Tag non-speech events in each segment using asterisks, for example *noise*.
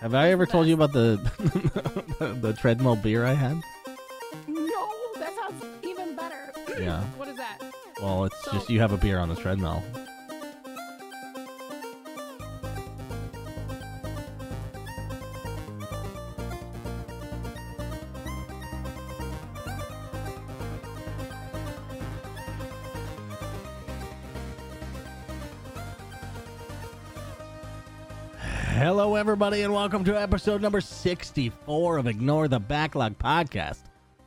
Have I ever told you about the the *laughs* treadmill beer I had? No, that sounds even better. Yeah. What is that? Well, it's just you have a beer on the treadmill. Hello, everybody, and welcome to episode number 64 of Ignore the Backlog podcast.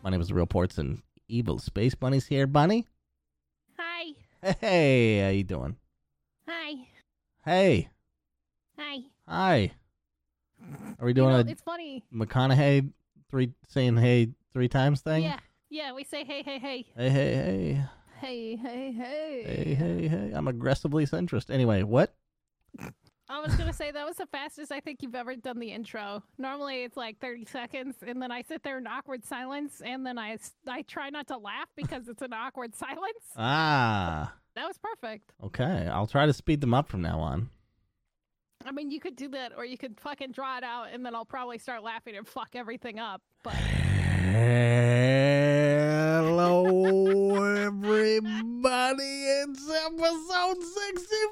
My name is The Real Ports, and Evil Space Bunny's here. Bunny? Hi. Hey, how you doing? Hi. Hey, Hi. hi. Are we doing you know, a it's funny. McConaughey three saying hey three times thing? Yeah. Yeah, we say hey, hey, hey. Hey, hey, Hey, hey, hey. hey, hey, hey, hey. I'm aggressively centrist. Anyway, what? I was going to say that was the fastest I think you've ever done the intro. Normally it's like 30 seconds and then I sit there in awkward silence and then I s- I try not to laugh because it's an awkward silence. Ah, That was perfect. okay. I'll try to speed them up from now on. I mean, you could do that or you could fucking draw it out and then I'll probably start laughing and fuck everything up. But Hello, everybody. It's episode 64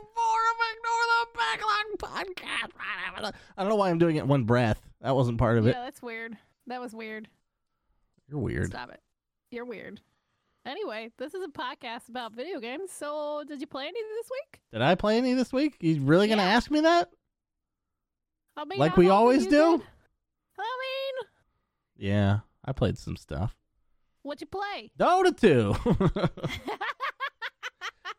of Ignore the Backlog podcast. I don't know why I'm doing it in one breath. That wasn't part of yeah, it. that's weird. That was weird. You're weird. Stop it. You're weird. Anyway, this is a podcast about video games. So, did you play anything this week? Did I play any this week? You really going to Yeah. ask me that? I mean, Like I we hope always you do? did. I mean, Yeah, I played some stuff. what'd you play? Dota 2. *laughs*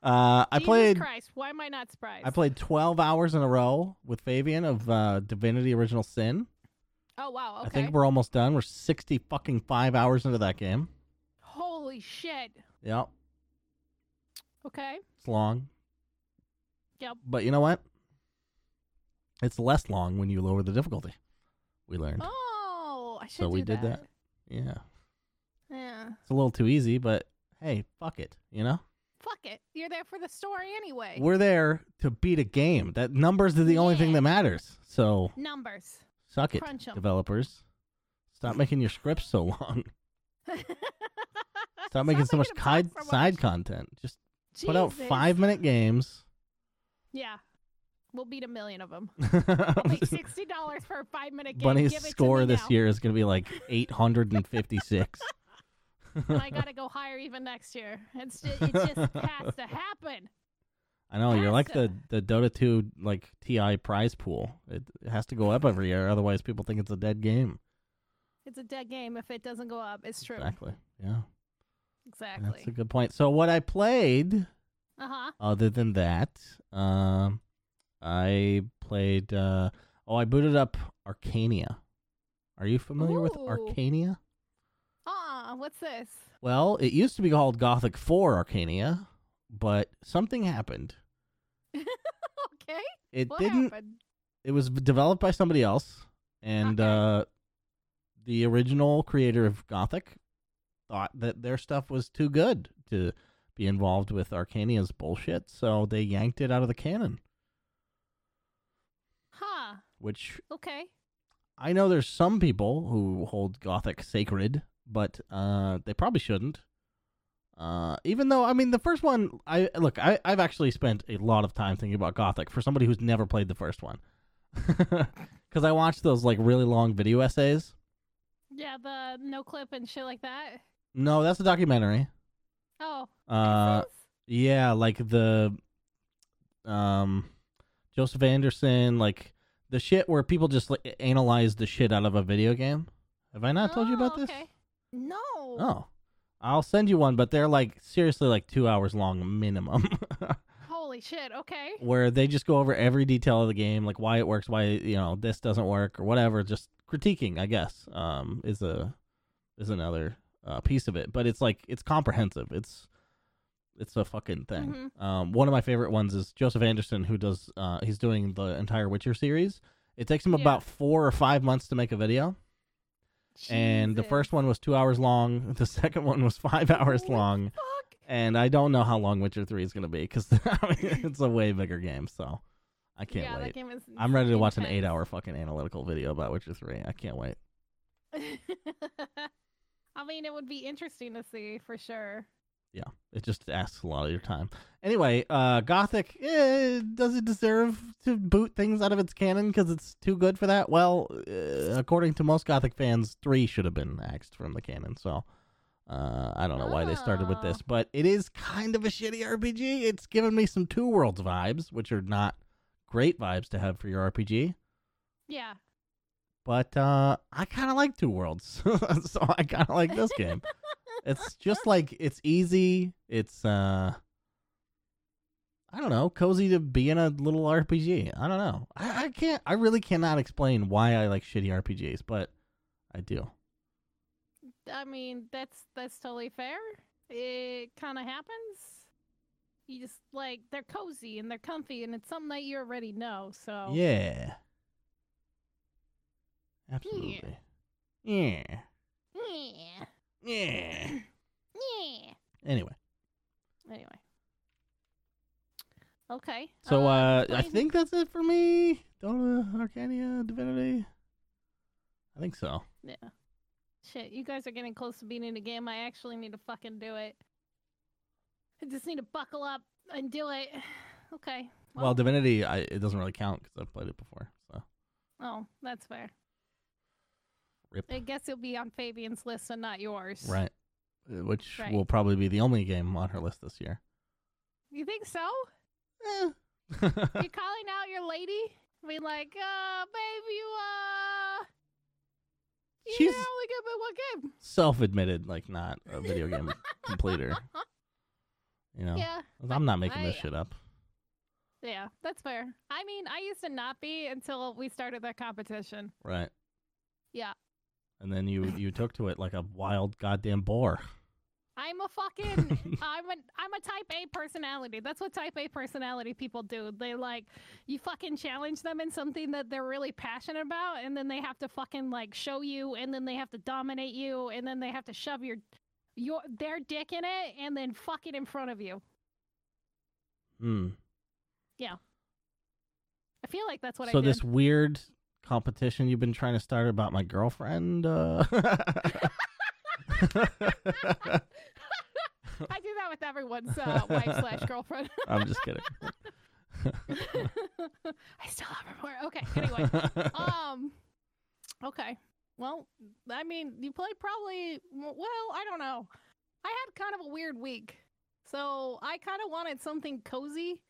uh, *laughs* I Jesus played Christ, why am I not surprised? I played 12 hours in a row with Fabian of uh, Divinity Original Sin. Oh wow. I Okay. think we're almost done. We're 60 fucking 5 hours into that game. Holy shit. Yep. Okay. It's long. Yep. But you know what? It's less long when you lower the difficulty. We learned. Oh, I should. So we do did that. Yeah. Yeah. It's a little too easy, but hey, fuck it, you know? Fuck it. You're there for the story anyway. We're there to beat a game. That numbers are the only thing Yeah. that matters. So, Numbers. suck it, Crunch 'em. developers. Stop making your scripts so *laughs* long. Stop Stop making so much them talk side, so much. side content. Just put out Jesus. 5-minute games. *laughs* Yeah. We'll beat a million of them. *laughs* I'll make Bunny's sixty dollars for a five minute game. Give it to score me this now. year is going to be like 856. *laughs* And I gotta go higher even next year. It's just, *laughs* it just has to happen. *laughs* I know you're like the, Pasta. the Dota 2 like TI prize pool. It, it has to go up every year, otherwise people think it's a dead game. It's a dead game if it doesn't go up. It's true. Exactly. Yeah, Exactly. that's a good point. So what I played, Uh huh. other than that, um, I played. Uh, oh, I booted up Arcania. Are you familiar with Ooh. Arcania? Ah, what's this? *laughs* Well, it used to be called Gothic 4 Arcania, but something happened. Okay. It What didn't. happened? It was developed by somebody else, and Okay. uh, the original creator of Gothic thought that their stuff was too good to be involved with Arcania's bullshit, so they yanked it out of the canon. Huh. Which Okay. I know there's some people who hold Gothic sacred, but uh, they probably shouldn't. Uh, even though I mean the first one, I look, I, I've actually spent a lot of time thinking about Gothic for somebody who's never played the first one, *laughs* because I watched those like really long video essays. Yeah, the no clip and shit like that. No, that's a documentary. Oh. Uh, this is- yeah, like the, um, Joseph Anderson, like the shit where people just like analyze the shit out of a video game. Have I not told you about Oh, this? Okay. No. Oh, I'll send you one, but they're like seriously like two hours long minimum, *laughs* Holy shit. Okay. where they just go over every detail of the game, like why it works, why you know this doesn't work or whatever. Just critiquing, I guess, um, is a is another uh, piece of it, but it's like it's comprehensive. It's it's a fucking thing. Mm-hmm. Um, one of my favorite ones is Joseph Anderson, who does uh, he's doing the entire Witcher series. It takes him Yeah. about four or five months to make a video. And the Jesus. first one was two hours long. *laughs* The second one was five hours Holy long. Fuck. *laughs* And I don't know how long Witcher 3 is going to be because I mean, it's a way bigger game. So I can't yeah, that wait. game is. I'm ready to watch an intense. eight-hour fucking analytical video about Witcher Three. I can't wait. *laughs* I mean, it would be interesting to see for sure. It just asks a lot of your time. Anyway, uh, Gothic eh, does it deserve to boot things out of its canon because it's too good for that? Well, uh, according to most Gothic fans, three should have been axed from the canon. So uh, I don't know why they started with Oh. this, but it is kind of a shitty RPG. It's given me some Two Worlds vibes, which are not great vibes to have for your RPG. Yeah. But uh, I kind of like Two Worlds, *laughs* so I kind of like this *laughs* game it's just like it's easy it's uh i don't know cozy to be in a little rpg i don't know i, I can't i really cannot explain why i like shitty rpgs but i do I mean, that's that's totally fair. It kind of happens. You just like they're cozy and they're comfy, and it's something that you already know. So Oh. yeah absolutely yeah yeah, yeah yeah. anyway Anyway, okay. so uh i explain- think that's it for me dota arcania divinity i think so yeah. Shit, you guys are getting close to beating the game. I actually need to fucking do it. I just need to buckle up and do it. *sighs* Okay. well, divinity I, it doesn't really count because i've played it before so oh, that's fair. rip I guess it'll be on Fabian's list and not yours. Right. Uh, Which Right. will probably be the only game on her list this year. You think *laughs* so? Eh. *laughs* you calling out your lady? Be like, uh, babe, you, uh, you She's- only good but one game. Self admitted, like, not a video *laughs* game completer. You know, Yeah, 'Cause I'm not making this I- shit up. yeah, that's fair. I mean, I used to not be until we started that competition. Right. Yeah. And then you you took to it like a wild goddamn boar. I'm a fucking, *laughs* I'm a, I'm a type A personality. That's what type A personality people do. They like, you fucking challenge them in something that they're really passionate about, and then they have to fucking like show you, and then they have to dominate you, and then they have to shove your, your, their dick in it, and then fuck it in front of you. Hmm. I feel like that's what so I did. this weird competition you've been trying to start about my girlfriend. *laughs* Uh... *laughs* I do that with everyone's uh, wife slash girlfriend. *laughs* I'm just kidding. *laughs* I still have her more. Okay. *laughs* Anyway. um okay well i mean you played probably well i don't know i had kind of a weird week so i kind of wanted something cozy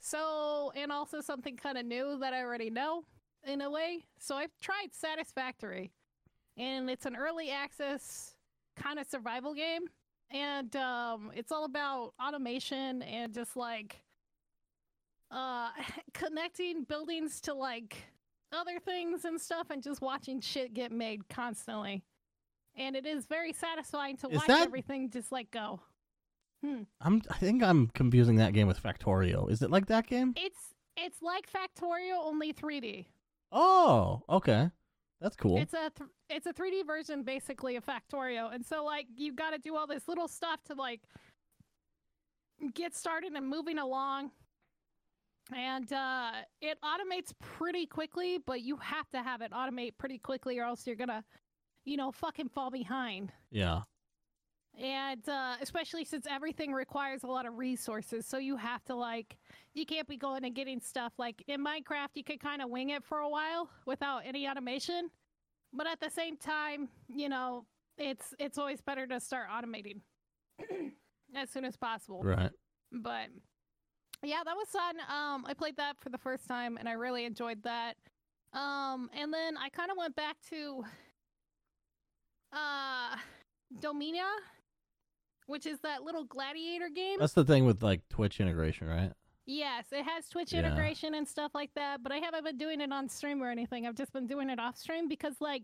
so and also something kind of new that i already know in a way so i've tried satisfactory and it's an early access kind of survival game and um it's all about automation and just like uh *laughs* connecting buildings to like other things and stuff and just watching shit get made constantly. And it is very satisfying to Is watch that- everything just like go. I'm. I think I'm confusing that game with Factorio. Is it like that game? It's it's like Factorio only 3D. Oh, okay. That's cool. It's a th- it's a 3D version basically of Factorio. And so like you got to do all this little stuff to like get started and moving along. And uh, it automates pretty quickly, but you have to have it automate pretty quickly, or else you're gonna, you know, fucking fall behind. yeah. and uh, especially since everything requires a lot of resources so you have to like you can't be going and getting stuff like in minecraft you could kind of wing it for a while without any automation but at the same time you know it's it's always better to start automating *clears throat* as soon as possible Right. but yeah, that was fun. Um, I played that for the first time and I really enjoyed that. Um, and then I kind of went back to uh, Domina, which is that little gladiator game. That's the thing with like Twitch integration, right? Yes, it has Twitch Yeah. integration and stuff like that, but I haven't been doing it on stream or anything. I've just been doing it off stream because, like,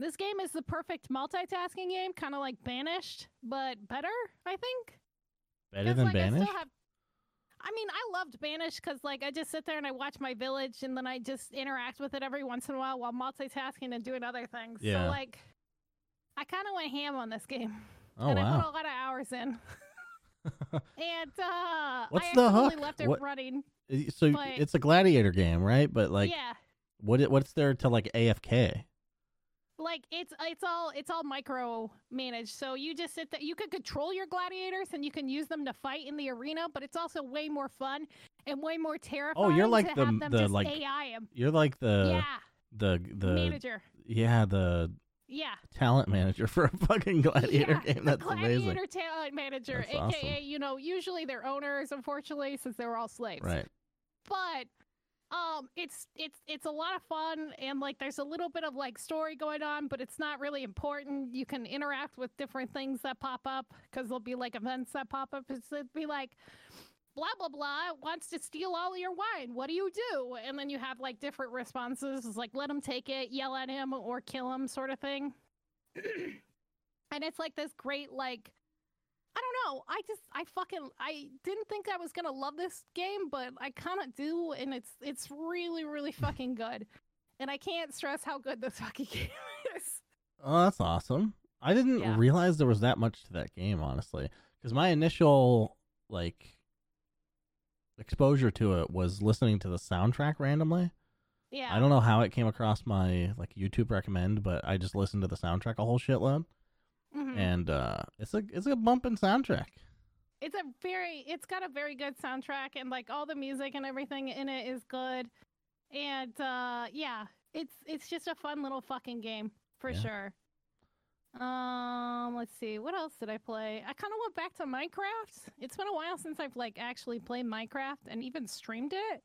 this game is the perfect multitasking game, kind of like Banished, but better, I think. Better 'Cause, than like, I still Banished? have- I mean, I loved Banish because, like, I just sit there and I watch my village, and then I just interact with it every once in a while while multitasking and doing other things. Yeah. So, like, I kind of went ham on this game, Oh, and I put wow. *laughs* a lot of hours in. and uh, What's I the accidentally hook? left it What- running. Y- So But- it's a gladiator game, right? But like, yeah, what it- what's there to like AFK? like it's it's all it's all micro managed. So you just sit there. You can control your gladiators and you can use them to fight in the arena, but it's also way more fun and way more terrifying. Oh, like to the- have them the, just like, AI 'em. You're like the yeah, the the manager. yeah the Yeah, talent manager *laughs* for a fucking gladiator yeah, game. the That's gladiator amazing, talent manager, That's aka awesome. you know usually their owners, unfortunately, since they were all slaves. right? but um it's it's it's a lot of fun and like there's a little bit of like story going on but it's not really important you can interact with different things that pop up because there'll be like events that pop up it's, it'd be like blah blah blah wants to steal all your wine what do you do and then you have like different responses it's like let him take it yell at him or kill him sort of thing *clears throat* and it's like this great like I don't know. I just I fucking I didn't think I was gonna love this game, but I kind of do, and it's it's really really fucking good. And I can't stress how good this fucking *laughs* game is. Oh, that's awesome. I didn't Yeah. realize there was that much to that game, honestly, because my initial like exposure to it was listening to the soundtrack randomly. Yeah. I don't know how it came across my like YouTube recommend, but I just listened to the soundtrack a whole shitload, Mhm. and uh, it's a it's a bumping soundtrack. It's a very it's got a very good soundtrack, and like all the music and everything in it is good. And uh yeah, it's it's just a fun little fucking game for Yeah. sure. Um, let's see. What else did I play? I kind of went back to Minecraft. It's been a while since I've like actually played Minecraft and even streamed it.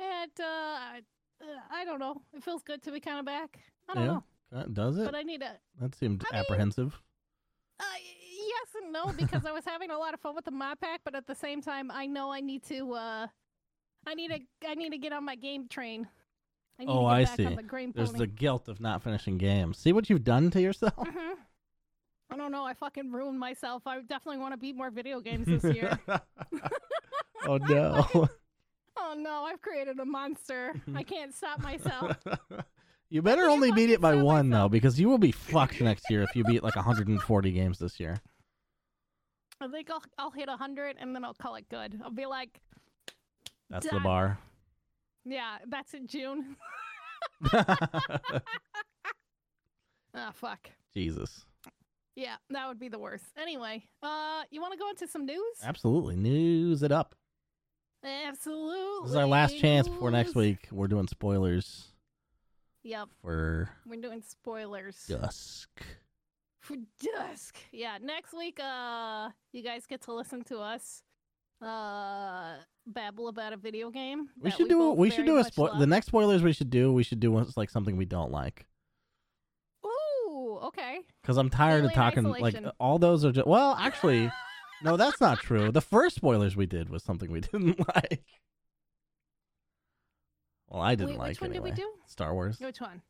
And uh, I- uh, I don't know. It feels good to be kind of back. I don't Yeah. know, Uh, Does it? but I need a. that seemed I mean- apprehensive. Uh, yes and no because I was having a lot of fun with the mod pack, but at the same time, I know I need to. Uh, I need to. I need to get on my game train. I need Oh, to get I back see. On the green There's the *laughs* pony. guilt of not finishing games. See what you've done to yourself. Mhm. I don't know. I fucking ruined myself. I definitely want to beat more video games *laughs* this year. oh no. oh no, I've created a monster. *laughs* I can't stop myself. you better you only beat fucking it by sell one though, myself. because you will be fucked next year if you beat like 140 games this year. I think I'll I'll hit hundred and then I'll call it good. I'll be like, That's the Done. bar. *laughs* yeah, that's in June. *laughs* Ah, fuck. Jesus. Yeah, that would be the worst. Anyway, uh, you want to go into some news? Absolutely. News it up. Absolutely. This is our last chance before next news. week. We're doing spoilers Yep, for we're doing spoilers. Dusk. For dusk. Yeah, next week, uh, you guys get to listen to us uh babble about a video game. We that should do a both we should very do a much spoil the love. next spoilers we should do, we should do one's like something we don't like. Ooh, okay. Because I'm tired of Alien talking. Isolation. Like all those are just. Well, actually, no, that's not true. The first spoilers we did was something we *laughs* didn't like. Well, I didn't Wait, like. which one did we anyway. do? Star Wars. Which one?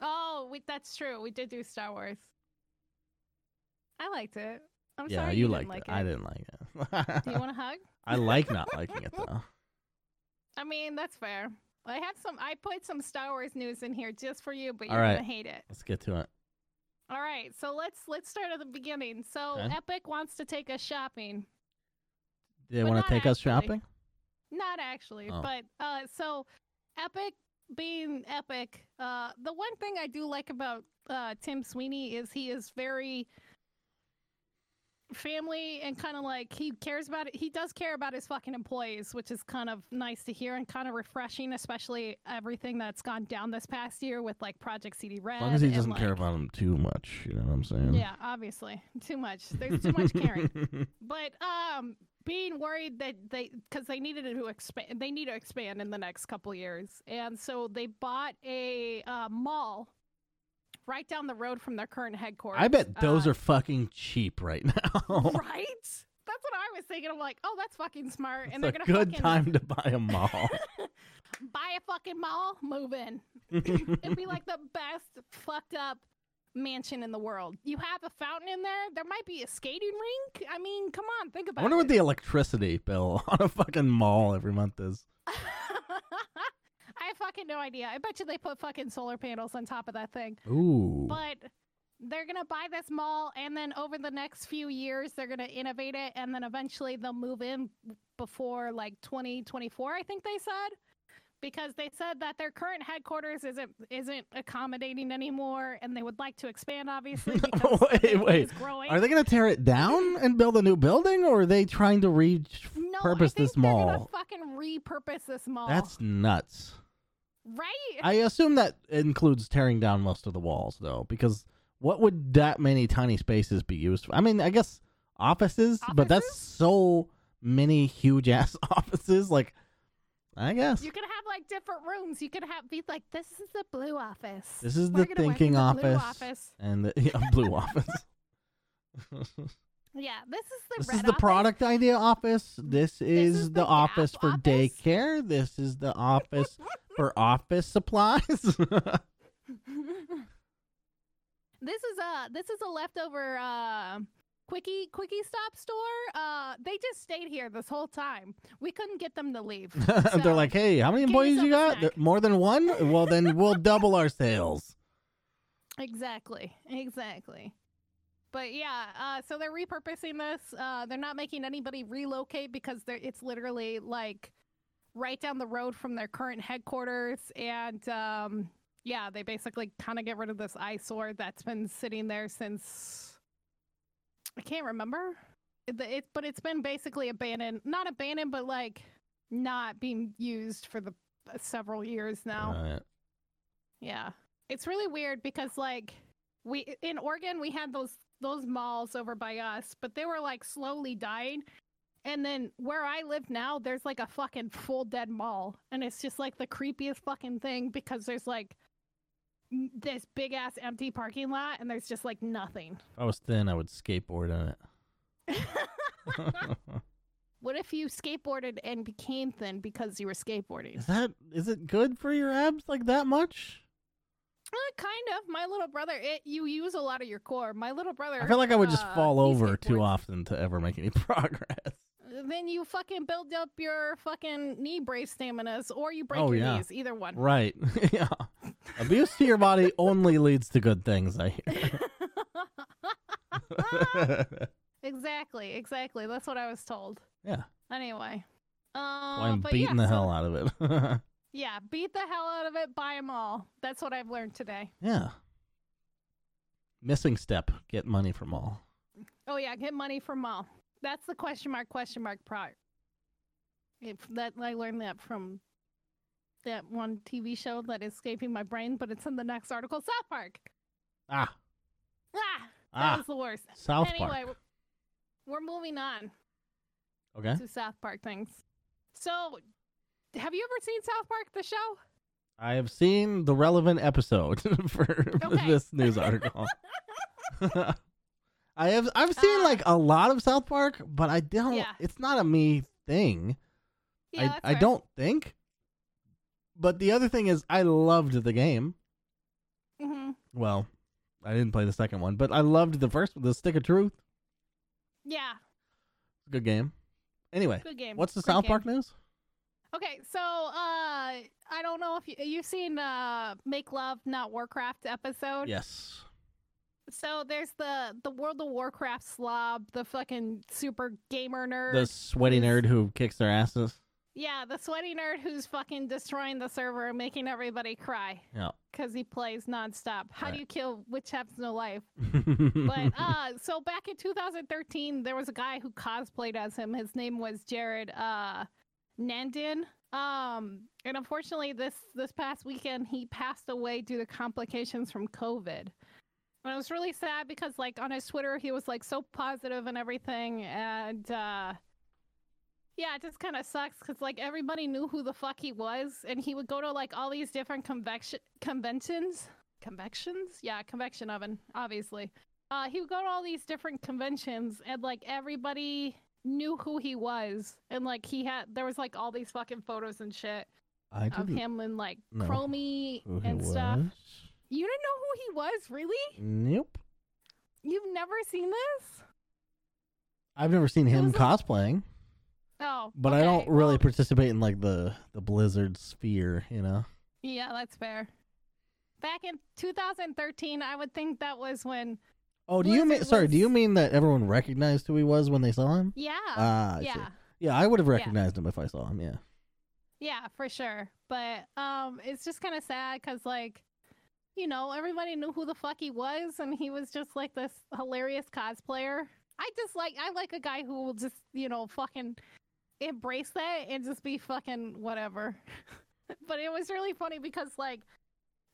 Oh, we, that's true. We did do Star Wars. I liked it. I'm yeah, sorry you, liked didn't like it. I didn't like *laughs* Do it. you want to hug? *laughs* I like not liking *laughs* it though. I mean, that's fair. I have some. I put some Star Wars news in here just for you, but All you're right. gonna hate it. Let's get to it. All right, so let's let's start at the beginning. So Okay. Epic wants to take us shopping. They But want not to take us actually. shopping. Not actually, Oh. but uh, so Epic being Epic, uh, the one thing I do like about uh, Tim Sweeney is he is very family and kind of like he cares about it. He does care about his fucking employees, which is kind of nice to hear and kind of refreshing, especially everything that's gone down this past year with like Project CD Red. As long as he and, doesn't care like- about them too much, you know what I'm saying? *laughs* Yeah, obviously, too much. There's too much caring but um being worried that they because they needed to expand they need to expand in the next couple years and so they bought a uh, mall right down the road from their current headquarters I bet those Uh, are *laughs* fucking cheap right *laughs* now. *laughs* right that's what i was thinking i'm like oh that's fucking smart and they're it's a gonna good fucking time to buy a *laughs* mall. buy a fucking mall *laughs* move in it'd be like the best fucked up mansion in the world you have a fountain in there there might be a skating rink i mean come on think about I wonder it what the electricity bill *laughs* on a fucking mall every month is. *laughs* I have fucking no idea. I bet you they put fucking solar panels on top of that thing. Ooh. But they're gonna buy this mall, and then over the next few years, they're gonna innovate it, and then eventually they'll move in before like 2024. I think they said because they said that their current headquarters isn't isn't accommodating anymore, and they would like to expand, *laughs* obviously. Because Wait, the city wait. is growing. Are they going to tear it *laughs* down and build a new building, or are they trying to reach? no, repurpose I think this they're mall? Gonna fucking repurpose this mall. That's nuts. right. I assume that includes tearing down most of the walls, though, because what would that many tiny spaces be used for? I mean, I guess offices, but that's so many huge ass *laughs* offices. Like, I guess You could have like different rooms. You could have be like, this is the blue office. this is We're the gonna work in thinking the blue office, and the yeah, blue *laughs* office. *laughs* Yeah, this is the this red is the office. product idea office. This is, is the, the office gap for office. daycare. This is the office *laughs* for office supplies. *laughs* *laughs* this is a this is a leftover uh, quickie quickie stop store. Uh, they just stayed here this whole time. We couldn't get them to leave. They're So, like, hey, how many get employees you yourself a got? There- snack." More than one? Well, then *laughs* we'll double our sales. exactly, exactly. But yeah, uh, so they're repurposing this. Uh, they're not making anybody relocate because they're, it's literally like right down the road from their current headquarters. And um, yeah, they basically kind of get rid of this eyesore that's been sitting there since I can't remember. It, it, but it's been basically abandoned, not abandoned, but like not being used for the uh, several years now. Right. Yeah. It's really weird because like we in Oregon we had those those malls over by us, but they were like slowly dying. And then where I live now, there's like a fucking full dead mall, and it's just like the creepiest fucking thing because there's like n- this big ass empty parking lot and there's just like nothing. If I was thin, I would skateboard on *laughs* it. What if you skateboarded and became thin because you were skateboarding? is that is it good for your abs like that much? Uh, kind of. My little brother, it you use a lot of your core. My little brother. I feel like I would just uh, fall he over too skateboards. often to ever make any *laughs* progress. then you fucking build up your fucking knee brace staminas or you break Oh, your yeah. knees, either one. Right. *laughs* yeah. Abuse to your body only leads to good things, I *laughs* hear. exactly, exactly. That's what I was told. Yeah. Anyway. Um, Well, I'm but beating yeah, the so- hell out of it. *laughs* Yeah, beat the hell out of it, buy them all. That's what I've learned today. yeah. Missing step, get money from all. Oh yeah, get money from all. That's the question mark question mark prior. If that I learned that from that one TV show that is escaping my brain, but it's in the next article. South Park. Ah, Ah, that ah, was the worst. South anyway, Park. w- we're moving on Okay. to South Park things. So, have you ever seen South Park the show? I have seen the relevant episode *laughs* for Okay. this news *laughs* article. *laughs* I have I've seen Uh, like a lot of South Park, but I don't Yeah. it's not a me thing. I that's I fair. don't think. But the other thing is I loved the game. Mhm. Well, I didn't play the second one, but I loved the first one, the Stick of Truth. Yeah, Good game. Anyway, good game. what's the Great South game. Park news? Okay, so uh, I don't know if you, you've seen uh, Make Love Not Warcraft episode. Yes. So there's the the World of Warcraft slob, the fucking super gamer nerd. The sweaty Who's- nerd who kicks their asses. Yeah, the sweaty nerd who's fucking destroying the server and making everybody cry. Yeah. Because he plays nonstop. How Right. do you kill Witch Has No Life? but *laughs* But uh, so back in 2013, there was a guy who cosplayed as him. His name was Jared uh, Nandin. Um, and unfortunately, this this past weekend, he passed away due to complications from COVID. And it was really sad because, like, on his Twitter, he was like so positive and everything, and uh, yeah, it just kind of sucks because like everybody knew who the fuck he was, and he would go to like all these different convection conventions, convections, yeah, convection oven, obviously uh, he would go to all these different conventions and like everybody knew who he was and like he had there was like all these fucking photos and shit I of didn't him and like know chromie who he and stuff was. you didn't know who he was really Nope. you've never seen this I've never seen him was a- cosplaying, oh but I okay, don't really well, participate in like the the Blizzard sphere, you know. yeah that's fair back in 2013, I would think that was when. Oh, do you Blizzard mean? Sorry, do was- you mean that everyone recognized who he was when they saw him? Yeah. Ah, I see. yeah. Yeah, I would have recognized him if I saw him. Yeah. Yeah, for sure. But um, it's just kind of sad because, like, you know, everybody knew who the fuck he was, and he was just like this hilarious cosplayer. I just like I like a guy who will just you know fucking embrace that and just be fucking whatever. *laughs* but it was really funny because like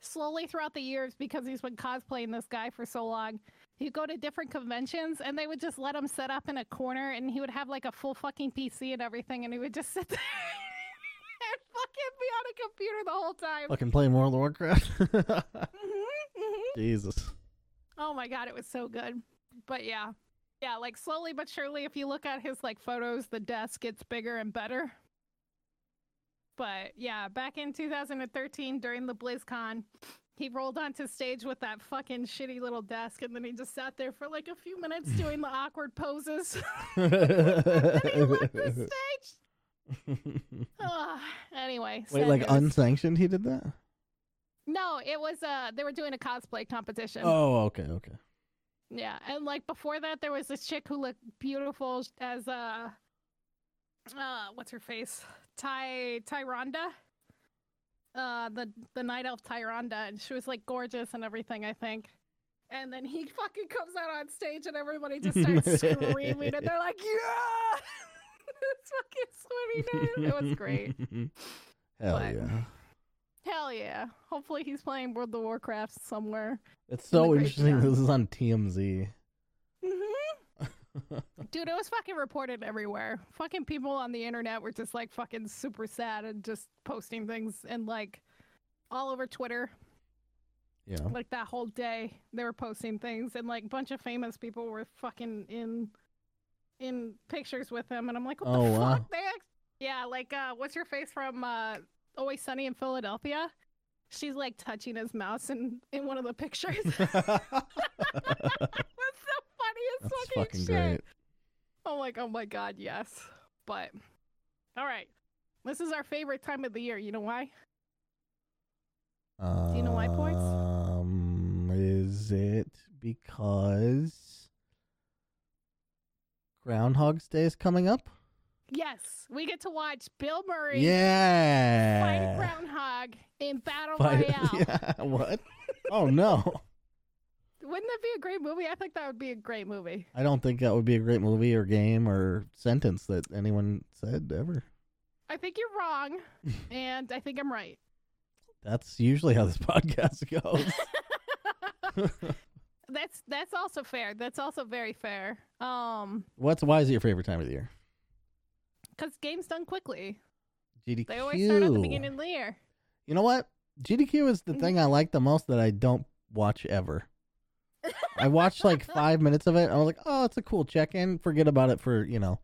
slowly throughout the years, because he's been cosplaying this guy for so long, he'd go to different conventions and they would just let him set up in a corner and he would have like a full fucking PC and everything, and he would just sit *laughs* there. And fucking be on a computer the whole time. Fucking playing World of Warcraft. *laughs* Mhm, mhm. Jesus. *laughs* Oh my god, it was so good. But yeah. Yeah, like slowly but surely if you look at his like photos, the desk gets bigger and better. But yeah, back in 2013 during the BlizzCon, he rolled onto stage with that fucking shitty little desk and then he just sat there for like a few minutes doing the awkward poses. *laughs* and he left the Wait, stage. Ugh. anyway, sad like news. unsanctioned? He did that? No, it was uh they were doing a cosplay competition. Oh, okay, *laughs* okay. Yeah, and like before that, there was this chick who looked beautiful as uh, uh, what's her face? Ty Tyronda, uh, the the night elf Tyronda, and she was like gorgeous and everything. I think. And then he *laughs* fucking comes out on stage, and everybody just starts screaming, and they're like, "Yeah!" *laughs* it's fucking swimming. It *laughs* was great. Hell But- yeah. Hell yeah! Hopefully, he's playing World of Warcraft somewhere. *laughs* It's so great interesting. job. This is on TMZ. Dude, it was fucking reported everywhere. Fucking people on the internet were just like fucking super sad and just posting things and like all over Twitter. *laughs* yeah. *laughs* Like that whole day they were posting things and like a bunch of famous people were fucking in in pictures with them and I'm like, what Oh, the wow. fuck? They act- yeah, like uh what's your face from uh Always Sunny in Philadelphia? She's like touching his mouse in in one of the pictures. *laughs* That's the funniest That's fucking, fucking shit. great. I'm like, oh my god, yes. But all right. This is our favorite time of the year. You know why? Do you know why points? Um, is it because Groundhog's Day is coming up? Yes, we get to watch Bill Murray fight a yeah. Groundhog in Battle Fight- Royale. *laughs* yeah. What? Oh no. Wouldn't that be a great movie? I think that would be a great movie. I don't think that would be a great movie or game or sentence that anyone said ever. I think you're *laughs* wrong, and I think I'm right. That's usually how this *laughs* podcast goes. That's that's also fair. That's also very fair. Um, What's why is it your favorite time of the year? because games done quickly. GDQ. They always start at the beginning of the year. *laughs* You know what? GDQ is the thing I like the most that I don't watch ever. I watched *laughs* like five minutes of it. And I was like, oh, it's a cool check in. Forget about it for, you know,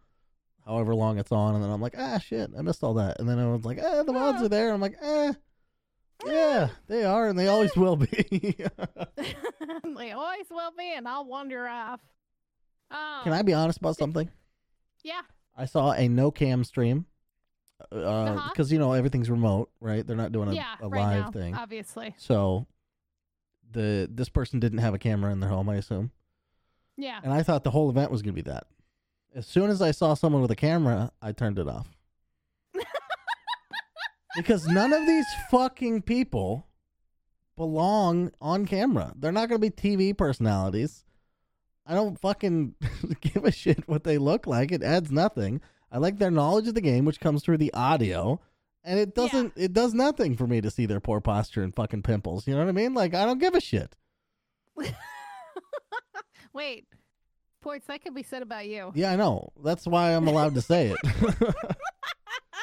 however long it's on. And then I'm like, ah, shit, I missed all that. And then everyone's like, eh, the mods Oh. are there. I'm like, eh, yeah, they are. And they always will be. *laughs* they always will be, and I'll wander off. Um, Can I be honest about something? Yeah. I saw a no cam stream because, Uh-huh. you know, everything's remote, right? They're not doing a, yeah, a right live now, thing. Obviously. So the this person didn't have a camera in their home, I assume. Yeah. And I thought the whole event was going to be that. As soon as I saw someone with a camera, I turned it *laughs* off. because none of these fucking people belong on camera. They're not going to be TV personalities. I don't fucking *laughs* give a shit what they look like. It adds nothing. I like their knowledge of the game, which comes through the audio, and it Yeah. doesn't. It does nothing for me to see their poor posture and fucking pimples. You know what I mean? Like I don't give a shit. Wait. Ports, that could be said about you. *laughs* Yeah, I know. That's why I'm allowed to say it.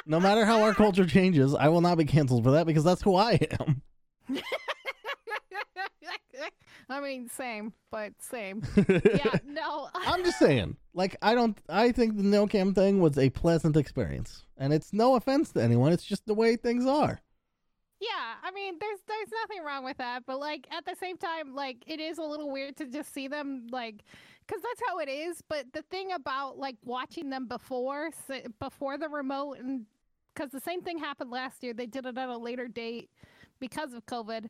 no matter how our culture changes, I will not be canceled for that because that's who I am. I mean, same, but same. Yeah, no. *laughs* I'm just saying. Like I don't I think the no cam thing was a pleasant experience. And it's no offense to anyone. It's just the way things are. yeah, I mean, there's there's nothing wrong with that, but like at the same time, like it is a little weird to just see them like cuz that's how it is, but the thing about like watching them before s- before the remote and cuz the same thing happened last year. They did it at a later date because of COVID.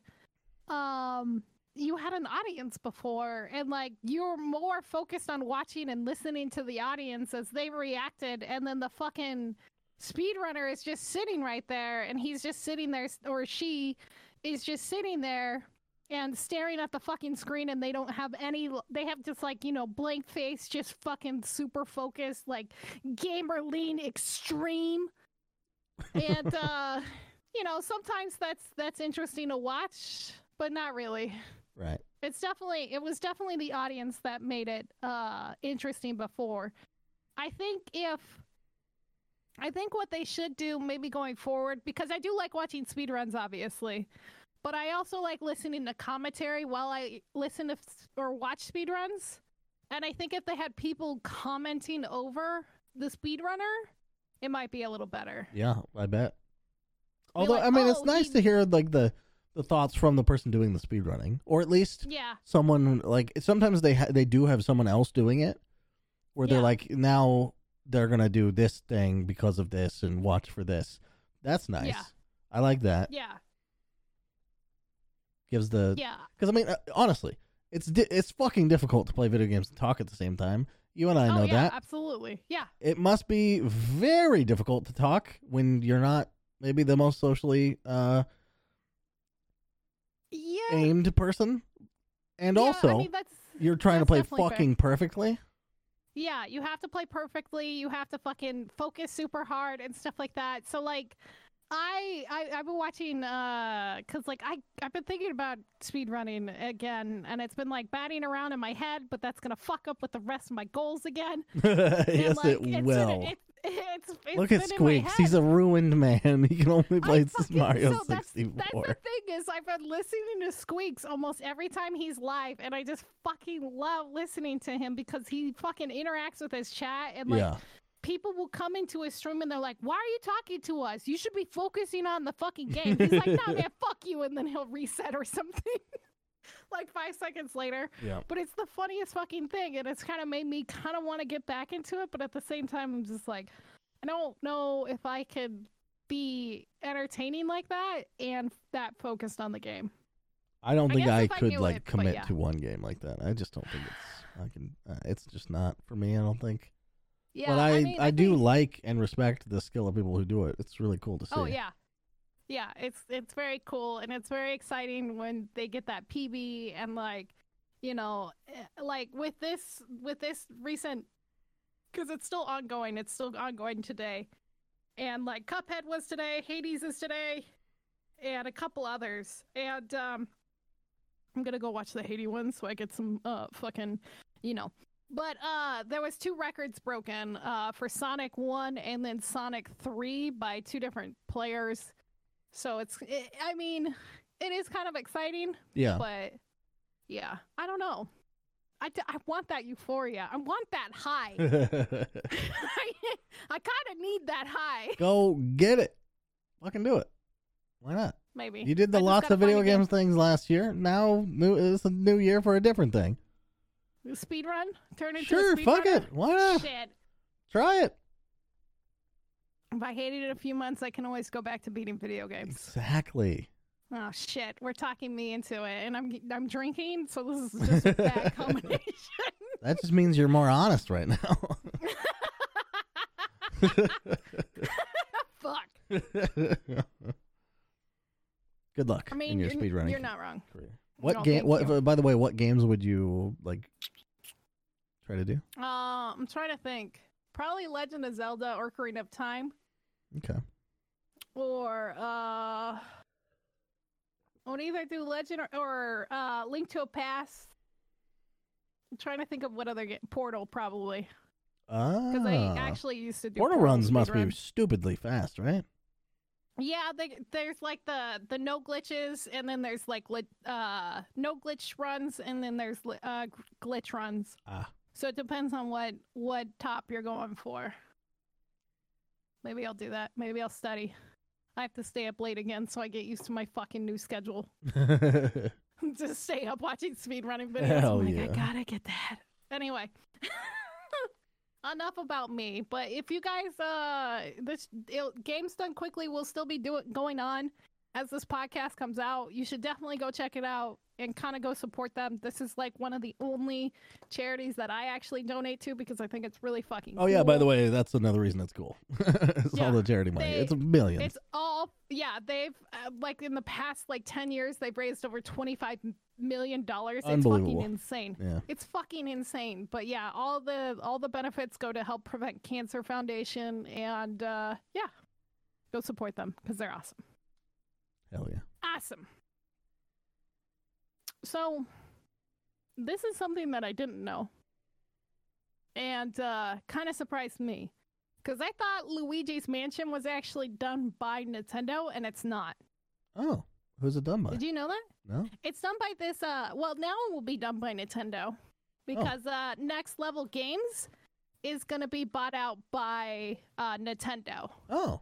um you had an audience before and like you were more focused on watching and listening to the audience as they reacted and then the fucking speedrunner is just sitting right there and he's just sitting there or she is just sitting there and staring at the fucking screen and they don't have any they have just like you know blank face just fucking super focused like gamer lean extreme and uh you know sometimes that's that's interesting to watch but not really Right. it's definitely it was definitely the audience that made it uh interesting before i think if i think what they should do maybe going forward because i do like watching speedruns obviously but i also like listening to commentary while i listen to s- or watch speedruns and i think if they had people commenting over the speedrunner it might be a little better Yeah, I bet. Be Although like, I mean, it's "Oh, nice he- to hear like the the thoughts from the person doing the speed running, or at least yeah someone like sometimes they ha- they do have someone else doing it, where they're Yeah. like now they're gonna do this thing because of this and watch for this. That's nice. Yeah. I like that. yeah Gives the yeah Because I mean, uh, honestly, it's di- it's fucking difficult to play video games and talk at the same time. You and I know oh yeah that. absolutely yeah It must be very difficult to talk when you're not maybe the most socially uh, yeah aimed person, and yeah, also I mean, that's you're trying to that's play definitely fair. fucking perfectly. *laughs* Yeah, you have to play perfectly. You have to fucking focus super hard and stuff like that. So like, I, I I've been watching uh, cause like I I've been thinking about speedrunning again, and it's been like batting around in my head, but that's gonna fuck up with the rest of my *laughs* goals again. And, yes, like, it it's been- will. It's, it's, it's Look at been in my Squeaks. head. He's a ruined man. *laughs* He can only I play *laughs* fucking- Mario so that's, sixty that's the four. thing is I've been listening to Squeaks almost every time he's live, and I just fucking love listening to him because he fucking interacts with his chat and like Yeah, people will come into his stream and they're like, "Why are you talking to us? You should be focusing on the fucking game." He's like, "No, *laughs* man, fuck you," and then he'll reset or something. *laughs* like five seconds later. yeah. But it's the funniest fucking thing, and it's kind of made me kind of want to get back into it. But at the same time, I'm just like, I don't know if I could be entertaining like that and that focused on the game. I don't I think guess I if I could knew like it, but commit yeah. to one game like that. I just don't think it's I can. Uh, it's just not for me. I don't think. Yeah, but I, I, mean, do think- like and respect the skill of people who do it. It's really cool to see. Oh yeah. Yeah, it's it's very cool and it's very exciting when they get that PB and like, you know, eh, like with this with this recent cuz it's still ongoing, it's still ongoing today. And like Cuphead was today, Hades is today, and a couple others. And um I'm going to go watch the Hades one so I get some uh fucking, you know, but uh, there was two records broken uh, for Sonic One and then Sonic Three by two different players. So it's, it, I mean, it is kind of exciting, Yeah. but yeah, I don't know. I, d- I want that euphoria. I want that high. *laughs* *laughs* I, I kind of need that high. Go get it. Fucking do it. Why not? Maybe You did I the just lots gotta of video find a games things last year. Now new it's a new year for a different thing. game. Speed run. Turn into a Sure, speed fuck runner? it. Ah. Why not? Shit. Try it. If I hated it a few months, I can always go back to beating video games. Exactly. Oh shit, we're talking me into it, and I'm I'm drinking, so this is just a *laughs* bad combination. *laughs* That just means you're more honest right now. Fuck. Good luck I mean, in your you're, speedrunning you're not wrong. career. No, What game? thank What? uh, you. By the way, what games would you like try to do? Uh, I'm trying to think. Probably Legend of Zelda or Ocarina of Time, Okay. or uh, I would either do Legend or, or uh, Link to a Past. I'm trying to think of what other game. Portal probably Ah, because I actually used to do portal runs must speedrun. be stupidly fast, *laughs* right? Yeah, they, there's like the the no glitches, and then there's like lit, uh no glitch runs, and then there's li- uh g- glitch runs. Ah. So it depends on what what top you're going for. Maybe I'll do that. Maybe I'll study. I have to stay up late again, so I get used to my fucking new schedule. *laughs* Just stay up watching speed running videos. Hell I'm like, yeah. I gotta get that. Anyway. *laughs* Enough about me, but if you guys, uh, this it, games done quickly will still be doing going on, as this podcast comes out, you should definitely go check it out and kind of go support them. This is like one of the only charities that I actually donate to because I think it's really fucking. Oh yeah, by the cool. way, that's another reason it's cool. *laughs* it's all Yeah. the charity money. They- it's a million. It's all yeah. They've uh, like in the past like ten years, they've raised over twenty five million dollars. It's fucking Unbelievable. insane. yeah. It's fucking insane. But yeah, all the all the benefits go to help prevent cancer foundation and uh, yeah, go support them because they're awesome. Hell yeah. Awesome. So, this is something that I didn't know. And uh, kind of surprised me. Because I thought Luigi's Mansion was actually done by Nintendo, and it's not. Oh, who's it done by? Did you know that? no. It's done by this, uh, well, now it will be done by Nintendo. Because uh, Next Level Games is going to be bought out by uh, Nintendo. Oh.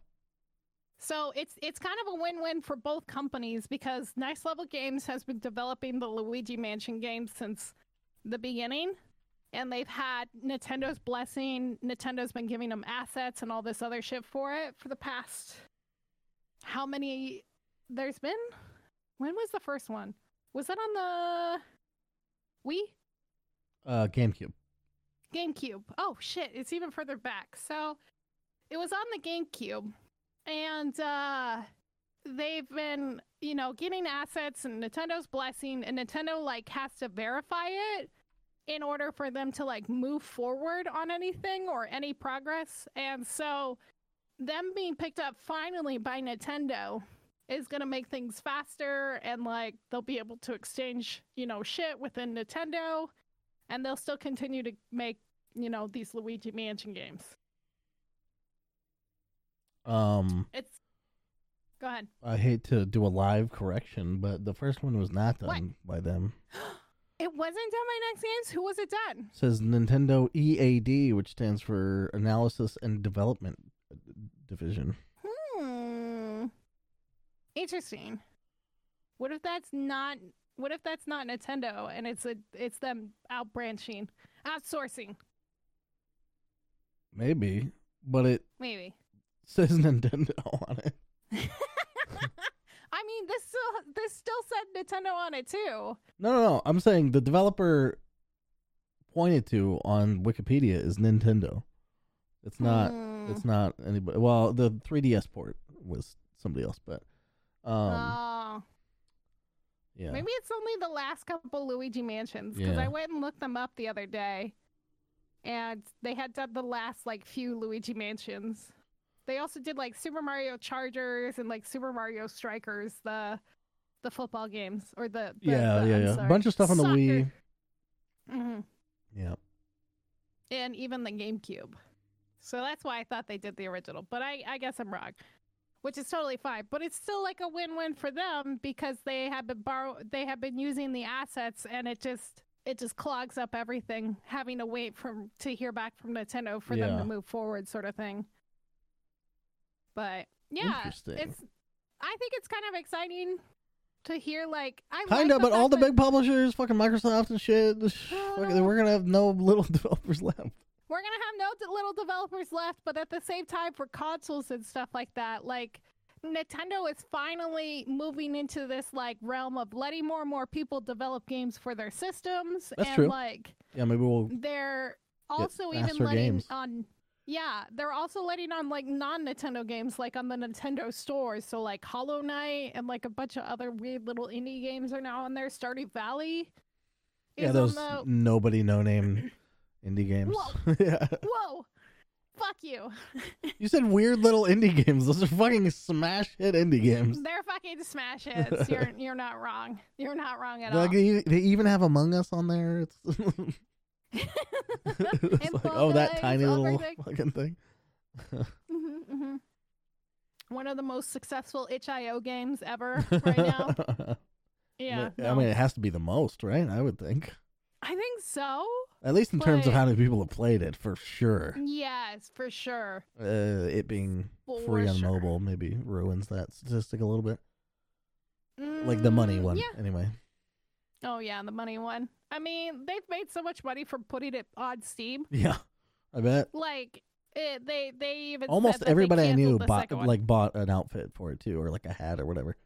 So it's it's kind of a win-win for both companies because Next Level Games has been developing the Luigi Mansion games since the beginning, and they've had Nintendo's blessing. Nintendo's been giving them assets and all this other shit for it for the past how many? There's been. When was the first one? Was that on the Wii? Uh, GameCube. GameCube. Oh shit, it's even further back. So it was on the GameCube, and uh, they've been, you know, getting assets and Nintendo's blessing, and Nintendo like has to verify it in order for them to like move forward on anything or any progress. And so them being picked up finally by Nintendo is going to make things faster and like they'll be able to exchange, you know, shit within Nintendo and they'll still continue to make you know these Luigi Mansion games. Um, It's go ahead. I hate to do a live correction, but the first one was not What? done by them. It wasn't done by Next Games. Who was it done? says Nintendo EAD, which stands for Analysis and Development Division. Hmm. Interesting. What if that's not? What if that's not Nintendo and it's a it's them outbranching, outsourcing? Maybe, but it *laughs* Maybe. *laughs* says Nintendo on it. I mean, this still this still said Nintendo on it too. No, no, no. I'm saying the developer pointed to on Wikipedia is Nintendo. It's not. Hmm. It's not anybody. Well, the 3DS port was somebody else, but um, Oh. yeah. Maybe it's only the last couple Luigi mansions because I Yeah. went and looked them up the other day, and they had done the last like few Luigi mansions. They also did like Super Mario Chargers and like Super Mario Strikers, the the football games or the, the yeah, the- yeah, I'm yeah. sorry, bunch of stuff on the soccer. Wii. Mhm. Yeah. and even the GameCube. So that's why I thought they did the original, but I, I guess I'm wrong, which is totally fine. But it's still like a win-win for them because they have been borrow they have been using the assets, and it just it just clogs up everything having to wait from to hear back from Nintendo for them Yeah. to move forward, sort of thing. But yeah, Interesting. it's I think it's kind of exciting to hear like I Kinda, like but all fact the that- big publishers, fucking Microsoft and shit, Uh, fucking- we're gonna have no little *laughs* developers left. we're gonna have no d- little developers left but at the same time for consoles and stuff like that like nintendo is finally moving into this like realm of letting more and more people develop games for their systems That's and true. like Yeah, maybe we'll. they're also even faster letting games. on yeah they're also letting on like non-nintendo games like on the nintendo stores so like hollow knight and like a bunch of other weird little indie games are now on there stardew valley Yeah, is those on the nobody, no name indie games. *laughs* yeah, whoa fuck you you said weird little indie games. Those are fucking smash hit indie games. *laughs* They're fucking *laughs* smash hits. You're you're not wrong. You're not wrong at all. Like they, they even have Among Us on there. *laughs* It's, *laughs* it's like, oh, that Bulldogs, tiny little everything. fucking thing. hmm hmm mm-hmm. One of the most successful itch.io games ever *laughs* right now. *laughs* Yeah, I mean, it has to be the most, right? I would think, I think so. at least in terms of But- how many people have played it, for sure. Yes, for sure. uh, it being For free on sure. mobile maybe ruins that statistic a little bit. Like the money Mm, one, Yeah. anyway. *laughs* Oh yeah, the money one. I mean, they've made so much money from putting it on Steam. Yeah, I bet Like it, they they even said almost that they everybody I canceled knew the bought second one. like bought an outfit for it too, or like a hat or whatever.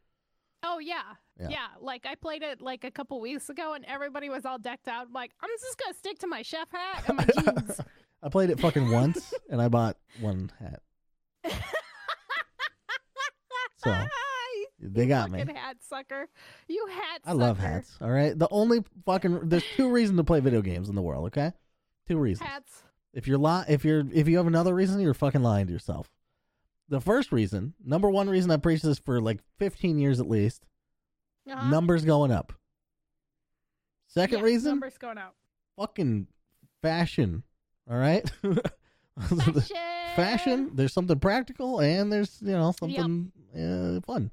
Oh, yeah. Yeah. yeah. Like I played it like a couple weeks ago and everybody was all decked out. I'm like, I'm just gonna stick to my chef hat *laughs* and Oh, my jeans. I played it fucking once, and I bought one hat. *laughs* So You they got me. fucking hat sucker. You hat I love sucker. hats. All right. The only fucking there's two reasons to play video games in the world. Okay, two reasons. Hats. If you're li- if you're if you have another reason, you're fucking lying to yourself. The first reason, number one reason I preached this for like 15 years at least, Uh-huh. numbers going up. Second Yeah, reason, Numbers *laughs* going out. fucking fashion. All right. *laughs* Fashion. fashion. There's something practical, and there's you know something uh, fun.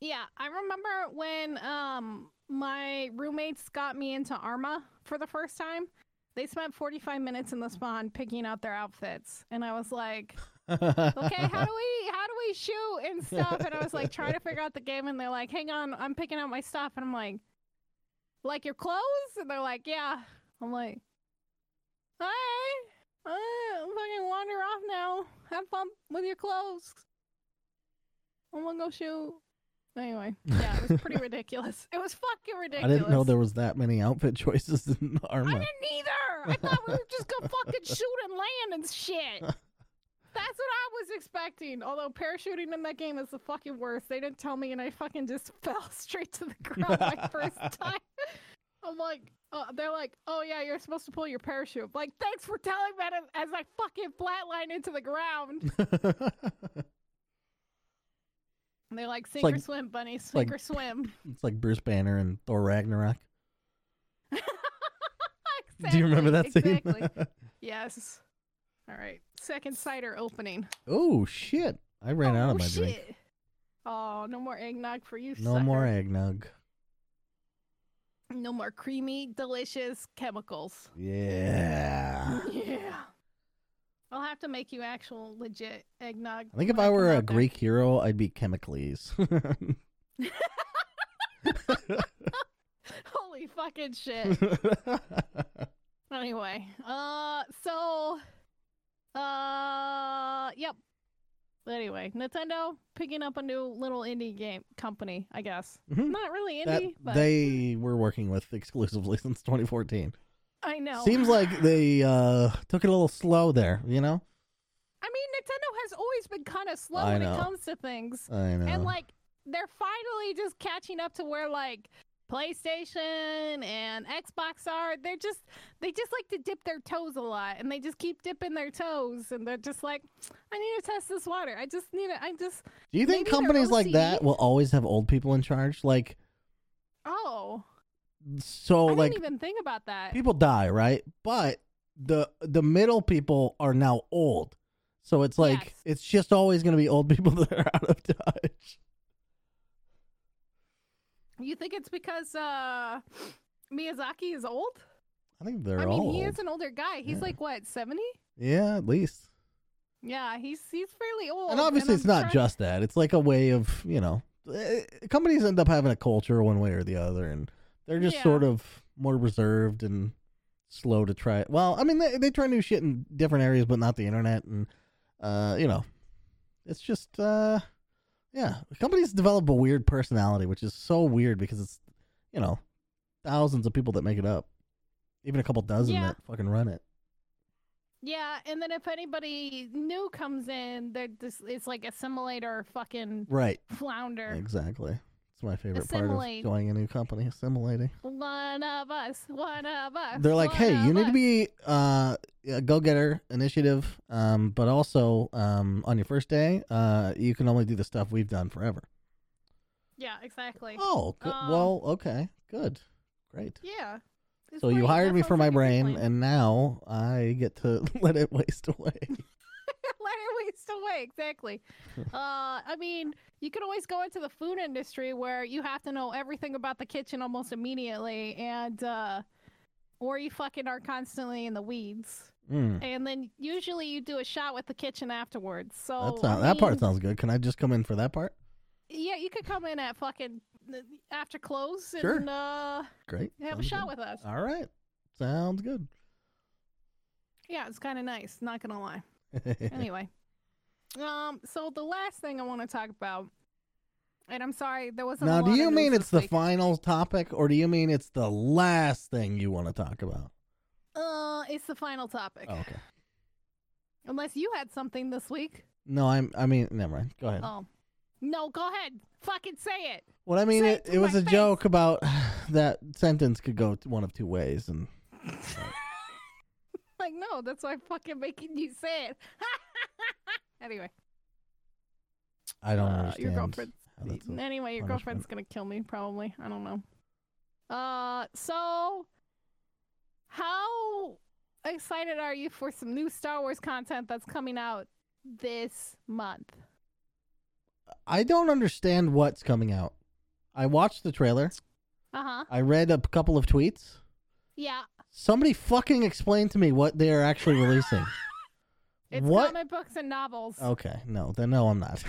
Yeah, I remember when um my roommates got me into Arma for the first time. They spent 45 minutes in the spawn picking out their outfits, and I was like, *laughs* "Okay, how do we how do we shoot and stuff?" And I was like trying to figure out the game, and they're like, "Hang on, I'm picking out my stuff," and I'm like, "Like your clothes?" And they're like, "Yeah." I'm like, "All right, all right, I'm fucking wander off now. Have fun with your clothes. I'm gonna go shoot." Anyway, yeah, *laughs* it was pretty ridiculous. It was fucking I ridiculous. didn't know there was that many outfit *laughs* choices in I Arma. didn't either. I thought we were just gonna fucking shoot and land *laughs* and shit. That's what I was expecting. Although parachuting in that game is the fucking worst. They didn't tell me, and I fucking just *laughs* fell straight to the ground *laughs* my first time. I'm like, uh, they're like, oh yeah, you're supposed to pull your parachute. I'm like, thanks for telling me that as I fucking flatline into the ground. And they're like, sink like- or swim, bunny, sink like- or swim. *laughs* it's like Bruce Banner and Thor Ragnarok. *laughs* exactly, Do you remember that scene? Exactly. yes. All right. Second cider opening. *laughs* oh shit! I ran out oh, of my shit. drink. Oh, no more eggnog for you. No sucker. more eggnog. No more creamy, delicious *sighs* chemicals. Yeah. Yeah. I'll have to make you actual legit eggnog. I think if when I were come a out there. Greek hero, I'd be Chemicles. *laughs* Holy *laughs* fucking shit. anyway, uh, so, uh, yep. Anyway, Nintendo picking up a new little indie game company, I guess. Mhm. Not really That indie, but they were working with exclusively *laughs* since 2014. I know. Seems like they uh, took it a little slow there. You know. I mean, Nintendo has always been kind of slow I when know. it comes to things. I know. And like they're finally just catching up to where like PlayStation and Xbox are. They're just they just like to dip their toes a lot and they just keep dipping their toes and they're just like I need to test this water. I just need it. I just Do you think maybe they're companies like that OCD? will always have old people in charge? Like, oh, so I like didn't even think about that. people die, right? But the the middle people are now old. So it's like Yes. it's just always going to be old *laughs* people that are out of touch. You think it's because uh Miyazaki is old? I think they're I mean, old. he is an older guy. He's Yeah. like what, 70? yeah, at least. Yeah, he's he's fairly old. and obviously, I'm it's not trying- just that. It's like a way of you know, eh, companies end up having a culture one way or the other, and they're just Yeah. sort of more reserved and slow to try. Well, I mean, they they try new shit in different areas, but not the internet, and uh, you know, it's just uh, yeah, companies develop a weird personality, which is so weird because it's you know, thousands of people that make it up, even a couple dozen Yeah. that fucking run it. Yeah, and then if anybody new comes in, they're just, it's like assimilate or fucking Right, flounder. exactly. It's my favorite part of Assimilate. joining a new company, assimilating. One of us, one of us. They're like, one hey, you of need to us." be uh, a go-getter, initiative, um, but also um, on your first day, uh, you can only do the stuff we've done forever. Yeah, exactly. Oh, good. Um, well, okay, good, great. Yeah. It's So you great. hired That me for sounds my like a good brain, plan. *laughs* and now I get to *laughs* let it waste away. let it waste away. *laughs* Exactly. uh, I mean, you can always go into the food industry where you have to know everything about the kitchen almost immediately, and uh, or you fucking are constantly in the weeds. Mm, And then usually you do a shot with the kitchen afterwards. So that Oh, I sound, that part mean, sounds good. Can I just come in for that part? Yeah, you could come in at fucking uh, after close and Sure. uh, Great. have a sounds shot good. with us. All right, sounds good. Yeah, it's kind of nice. Not *laughs* gonna lie. Anyway, um, so the last thing I want to talk about And I'm sorry, there wasn't. a Now, do lot you of mean news it's the this week. final topic, or do you mean it's the last thing you want to talk about? Uh, it's the final topic. Oh, okay. Unless you had something this week. No, I'm. I mean, never mind. Go ahead. Oh, no, go ahead. Fucking say it. What I mean, Say it, it to it was my a face. joke about *sighs* that sentence could go t- one of two ways, and Like, no, that's why I'm fucking making you say it. *laughs* anyway, I don't uh, understand. your girlfriend. how Oh, that's a- Anyway, your punishment. girlfriend's gonna kill me probably. I don't know. Uh, so how excited are you for some new Star Wars content that's coming out this month? I don't understand what's coming out. I watched the trailer. Uh huh. I read a p- couple of tweets. Yeah, Somebody fucking explain to me what they are actually releasing. *laughs* it's what? comic books and novels. Okay, no, then no, I'm not.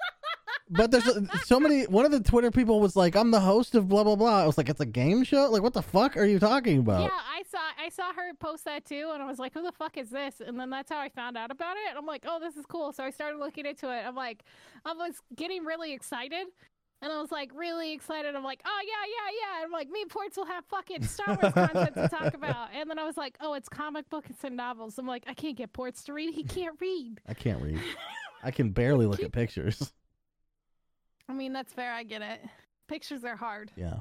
*laughs* but there's somebody. One of the Twitter people was like, "I'm the host of blah blah blah." I was like, "It's a game show? Like, what the fuck are you talking about?" Yeah, I saw I saw her post that too, and I was like, "Who the fuck is this?" And then that's how I found out about it. And I'm like, "Oh, this is cool." So I started looking into it. I'm like, I was getting really excited, and I was like, really excited. I'm like, "Oh yeah, yeah, yeah." I'm like, "Me and Ports will have fucking Star Wars content to *laughs* talk about." And then I was like, "Oh, it's comic books and novels." I'm like, "I can't get Ports to read. He can't read." I can't read. I can barely look at pictures. *laughs* I mean, that's fair. I get it. Pictures are hard. Yeah.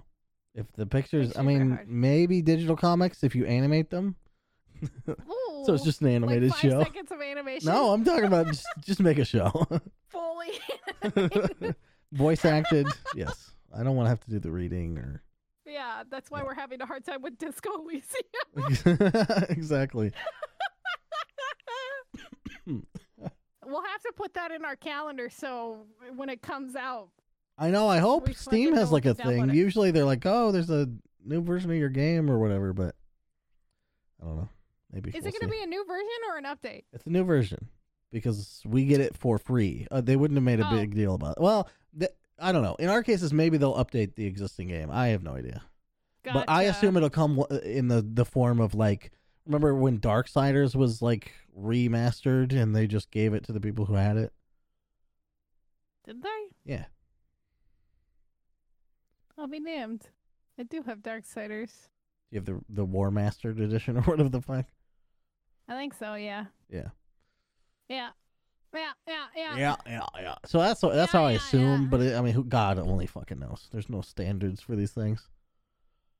If the pictures, I Pictures are mean, hard. maybe digital comics if you animate them. Ooh, So it's just an like animated five show. seconds of animation. No, I'm talking about just, just make a *laughs* show. fully. *laughs* Voice acted. Yes. I don't want to have to do the reading or. *laughs* yeah, that's why Yeah. we're having a hard time with Disco Elysium. exactly. We'll have to put that in our calendar so when it comes out. I know. I hope We fucking Steam has don't like a download thing. it. Usually they're like, oh, there's a new version of your game or whatever, but I don't know. Maybe. Is we'll it going see. to be a new version or an update? It's a new version because we get it for free. Uh, they wouldn't have made a Oh. big deal about it. Well, th- I don't know. In our cases, maybe they'll update the existing game. I have no idea. But I Gotcha. assume it'll come w- uh, in the, the form of like, remember when Darksiders was like remastered and they just gave it to the people who had it? Did they? Yeah. I'll be damned. I do have Darksiders. You have the the War Mastered edition or *laughs* whatever the fuck. I think so, yeah. Yeah. Yeah. Yeah, yeah, yeah. yeah, yeah. So that's what, that's Yeah, how I yeah, assume. yeah. But it, I mean, who God only fucking knows. There's no standards for these things.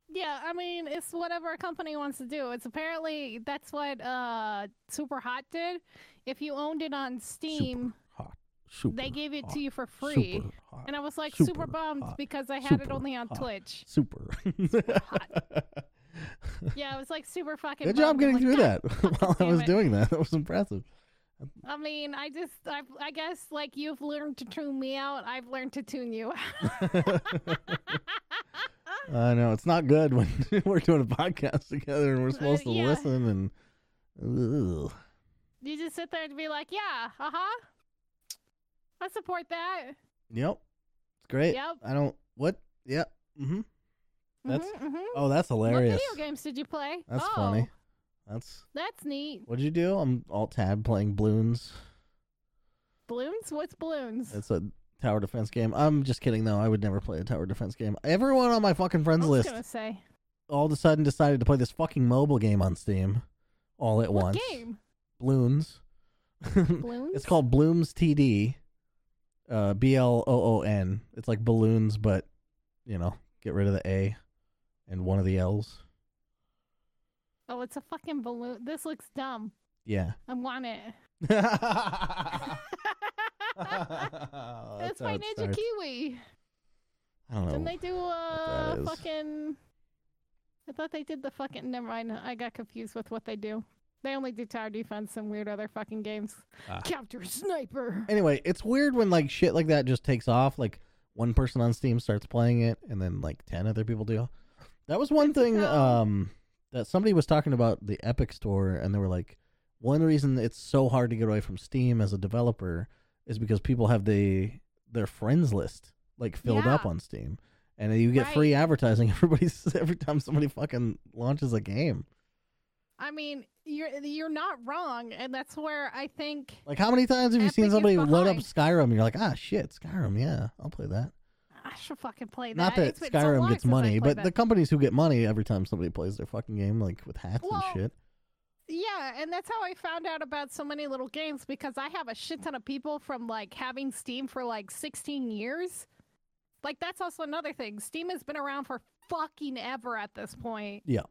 Yeah, I mean, it's whatever a company wants to do. It's apparently that's what uh Super Hot did. If you owned it on Steam, Hot. Super. they gave it hot. to you for free. Super hot. And I was like Super super, bummed hot. because I had it Super only on hot. Twitch. Super. *laughs* Yeah, I was like super fucking. Good job bummed. I'm getting like, through "God that *laughs* while I damn was it." doing that. That was *laughs* impressive. *laughs* I mean, I just, I, I guess, like you've learned to tune me out. I've learned to tune you. out. I know it's not good when *laughs* we're doing a podcast together and we're supposed to Uh, yeah. listen and. Ugh. you just sit there and be like, yeah, uh huh. I support that. Mm-hmm, Yep. It's great. Yep. I don't. What? Yep. Mm-hmm. That's Mhm, mhm. Oh, that's What hilarious. video games did you play? That's oh, funny. That's That's neat. what'd you do? I'm alt tab playing balloons. Balloons? What's balloons? It's a tower defense game. I'm just kidding though. I would never play a tower defense game. Everyone on my fucking I friends was list gonna say. all of a sudden decided to play this fucking mobile game on Steam all at What once. game? Bloons. *laughs* Balloons. it's called Blooms TD. Uh, B L O O N. It's like balloons, but you know, get rid of the A and one of the L's. Oh, it's a fucking balloon. This looks dumb. Yeah. *laughs* I want it. *laughs* That's That's how my it Ninja starts. Kiwi. I don't know. Didn't they do uh that is. fucking? I thought they did the fucking. Never mind. I got confused with what they do. They only do tower defense and weird other fucking games. Ah. Counter sniper. Anyway, it's weird when like shit like that just takes off. Like one person on Steam starts playing it, and then like ten other people do. That was one It's thing so- um, that somebody was talking about the Epic Store, and they were like, one reason it's so hard to get away from Steam as a developer is because people have the their friends list like filled up Yeah. on Steam, *laughs* and you get free advertising everybody's every time somebody fucking launches a game. I mean, you're you're not wrong, and that's where I think Like, how many times have you Epic seen is somebody load up behind. Skyrim? And you're like, ah, shit, Skyrim. Yeah, I'll play that. I should fucking play that. Not that It's been so Skyrim long gets since I money, played but the that. companies who get money every time somebody plays their fucking game, like with hacks Well, and shit. yeah, and that's how I found out about so many little games because I have a shit ton of people from like having Steam for like 16 years. Like that's also another thing. Steam has been around for fucking ever at this point. Yeah.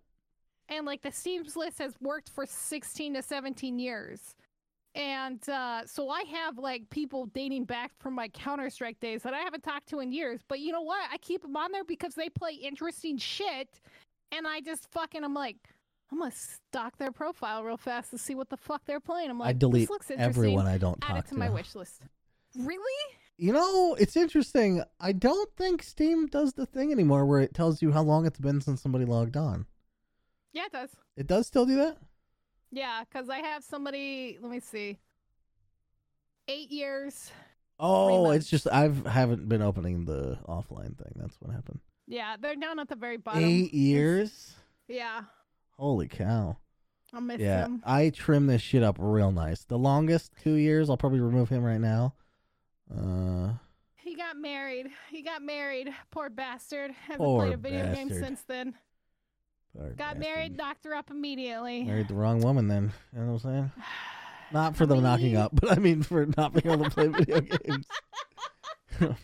and like the Steam's list has worked for 16 to 17 years. And uh, so I have like people dating back from my Counter Strike days that I haven't talked to in years. But you know what? I keep them on there because they play interesting shit. And I just fucking, I'm like, I'm going to stalk their profile real fast to see what the fuck they're playing. I'm like, I delete this looks interesting. everyone I don't Add talk it to my to. wish list. Really? You know, it's interesting. I don't think Steam does the thing anymore where it tells you how long it's been since somebody logged on. Yeah, it does. It does still do that? Yeah, because I have somebody, let me see, eight years. Oh, months. it's just I've haven't been opening the offline thing. That's what happened. Yeah, they're down at the very bottom. Eight years? Yeah. Holy cow. I miss Yeah. him. I trim this shit up real nice. The longest two years, I'll probably remove him right now. Uh He got married. He got married. Poor bastard. Hasn't Poor played a video game bastard. since then. poor Got bastard. married, knocked her up *sighs* immediately. *sighs* Married the wrong woman then. You know what I'm saying? Not for I the knocking mean- up, *laughs* but I mean for not being able to play *laughs* video games. *laughs*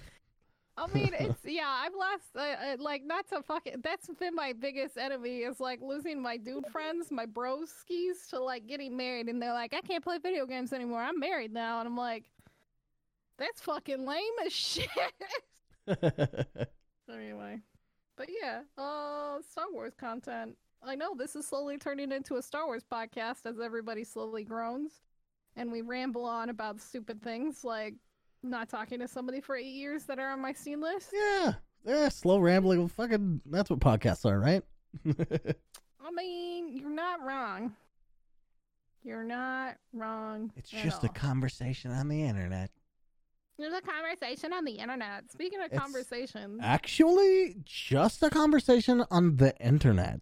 I mean, it's yeah. I've lost uh, uh, like not to fucking. That's been my biggest enemy is like losing my dude friends, my broskies to like getting married, and they're like, I can't play video games anymore. I'm married now, and I'm like, that's fucking lame as *laughs* shit. anyway, but yeah, uh, Star Wars content. I know this is slowly turning into a Star Wars podcast as everybody slowly groans, and we ramble on about stupid things like not talking to somebody for eight years that are on my scene list. yeah. Yeah, slow rambling. Fucking that's what podcasts are, right? *laughs* I mean, you're not wrong. You're not wrong. it's at just a all. conversation on the internet. There's a conversation on the internet. Speaking of It's- conversation, Actually, just a conversation on the internet.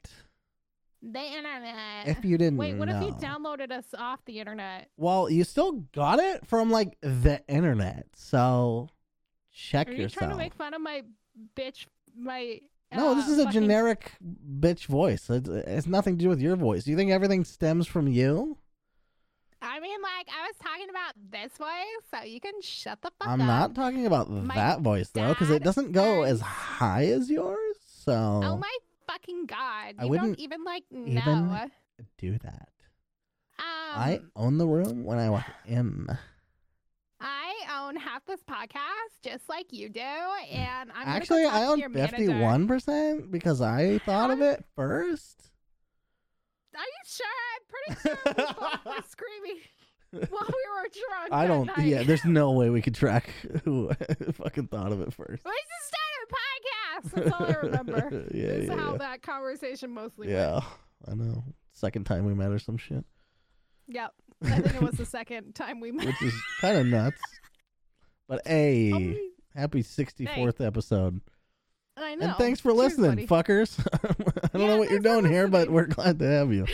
the internet. If you didn't Uh, Wait, what know. if you downloaded us off the internet? Well, you still got it from like the internet, so check Are you yourself. trying to make fun of my bitch? My no, uh, this is a fucking- generic bitch voice. It, it has nothing to do with your voice. You think everything stems from you? I mean, like I was talking about this voice, so you can shut the fuck I'm up. not talking about My that voice though, because it dad doesn't go earns- as high as yours. So Oh my fucking god! I You wouldn't don't even like even- know. Um, do that. I own the room when *sighs* I walk in. I own half this podcast, just like you do, and I'm gonna go Actually, talk I to own your manager. fifty-one percent because I thought of it first. Are you sure? I'm *laughs* pretty sure we both were screaming while we were drunk. I that don't. Night. *laughs* Yeah, there's no way we could track *laughs* who fucking thought of it first. We just started a podcast. That's all *laughs* I remember. yeah, That's yeah, how yeah. that conversation mostly went. Yeah, I know. Second time we met or some shit, Yep. I think it was the second time we met. which is kind of nuts. But *laughs* hey, Only- happy sixty-fourth episode, I know. and thanks for Cheers, listening, buddy. fuckers. *laughs* I don't Yeah, know what you're thanks for doing here, but listening. we're glad to have you.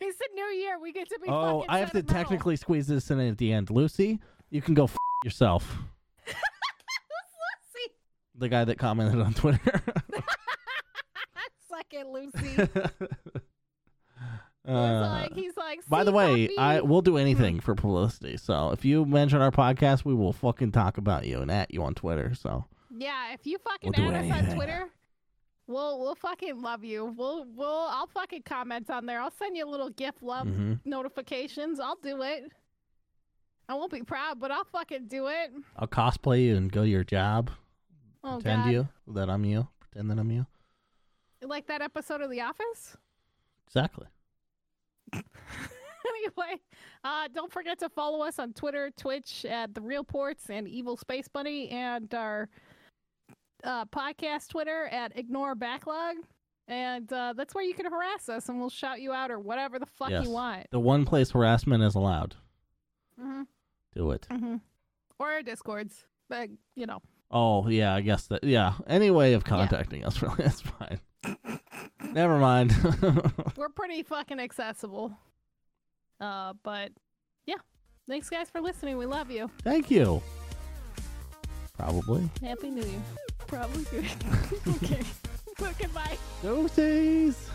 It's the new year. We get to be. oh, fucking I have to sentimental. *laughs* technically squeeze this in at the end, Lucy. You can go f- yourself. *laughs* Lucy. The guy that commented on Twitter. *laughs* Suck it, Lucy. Uh, it's like, he's like. By the "See, way, Poppy?" I will do anything for publicity. So if you mention our podcast, we will fucking talk about you and at you on Twitter. So Yeah, if you fucking We'll do add us anything. on Twitter, we'll we'll fucking love you. We'll we'll I'll fucking comment on there. I'll send you a little gift love Mhm. notifications. I'll do it. I won't be proud, but I'll fucking do it. I'll cosplay you and go to your job. Oh pretend god. you that I'm you. Pretend that I'm you. Like that episode of The Office? Exactly. *laughs* anyway, uh, don't forget to follow us on Twitter, Twitch at The Real Ports and Evil Space Bunny, and our uh, podcast Twitter at Ignore Backlog. And uh, that's where you can harass us, and we'll shout you out or whatever the fuck Yes. you want. The one place harassment is allowed. hmm Do it. hmm Or our Discords, but you know. *laughs* Oh yeah, I guess that. Yeah, any way of contacting us really. That's fine. Never mind. *laughs* We're pretty fucking accessible. Uh, but yeah. Thanks guys for listening. We love you. Thank you. Probably. *laughs* Happy New Year. Probably good. okay. Goodbye. Doses.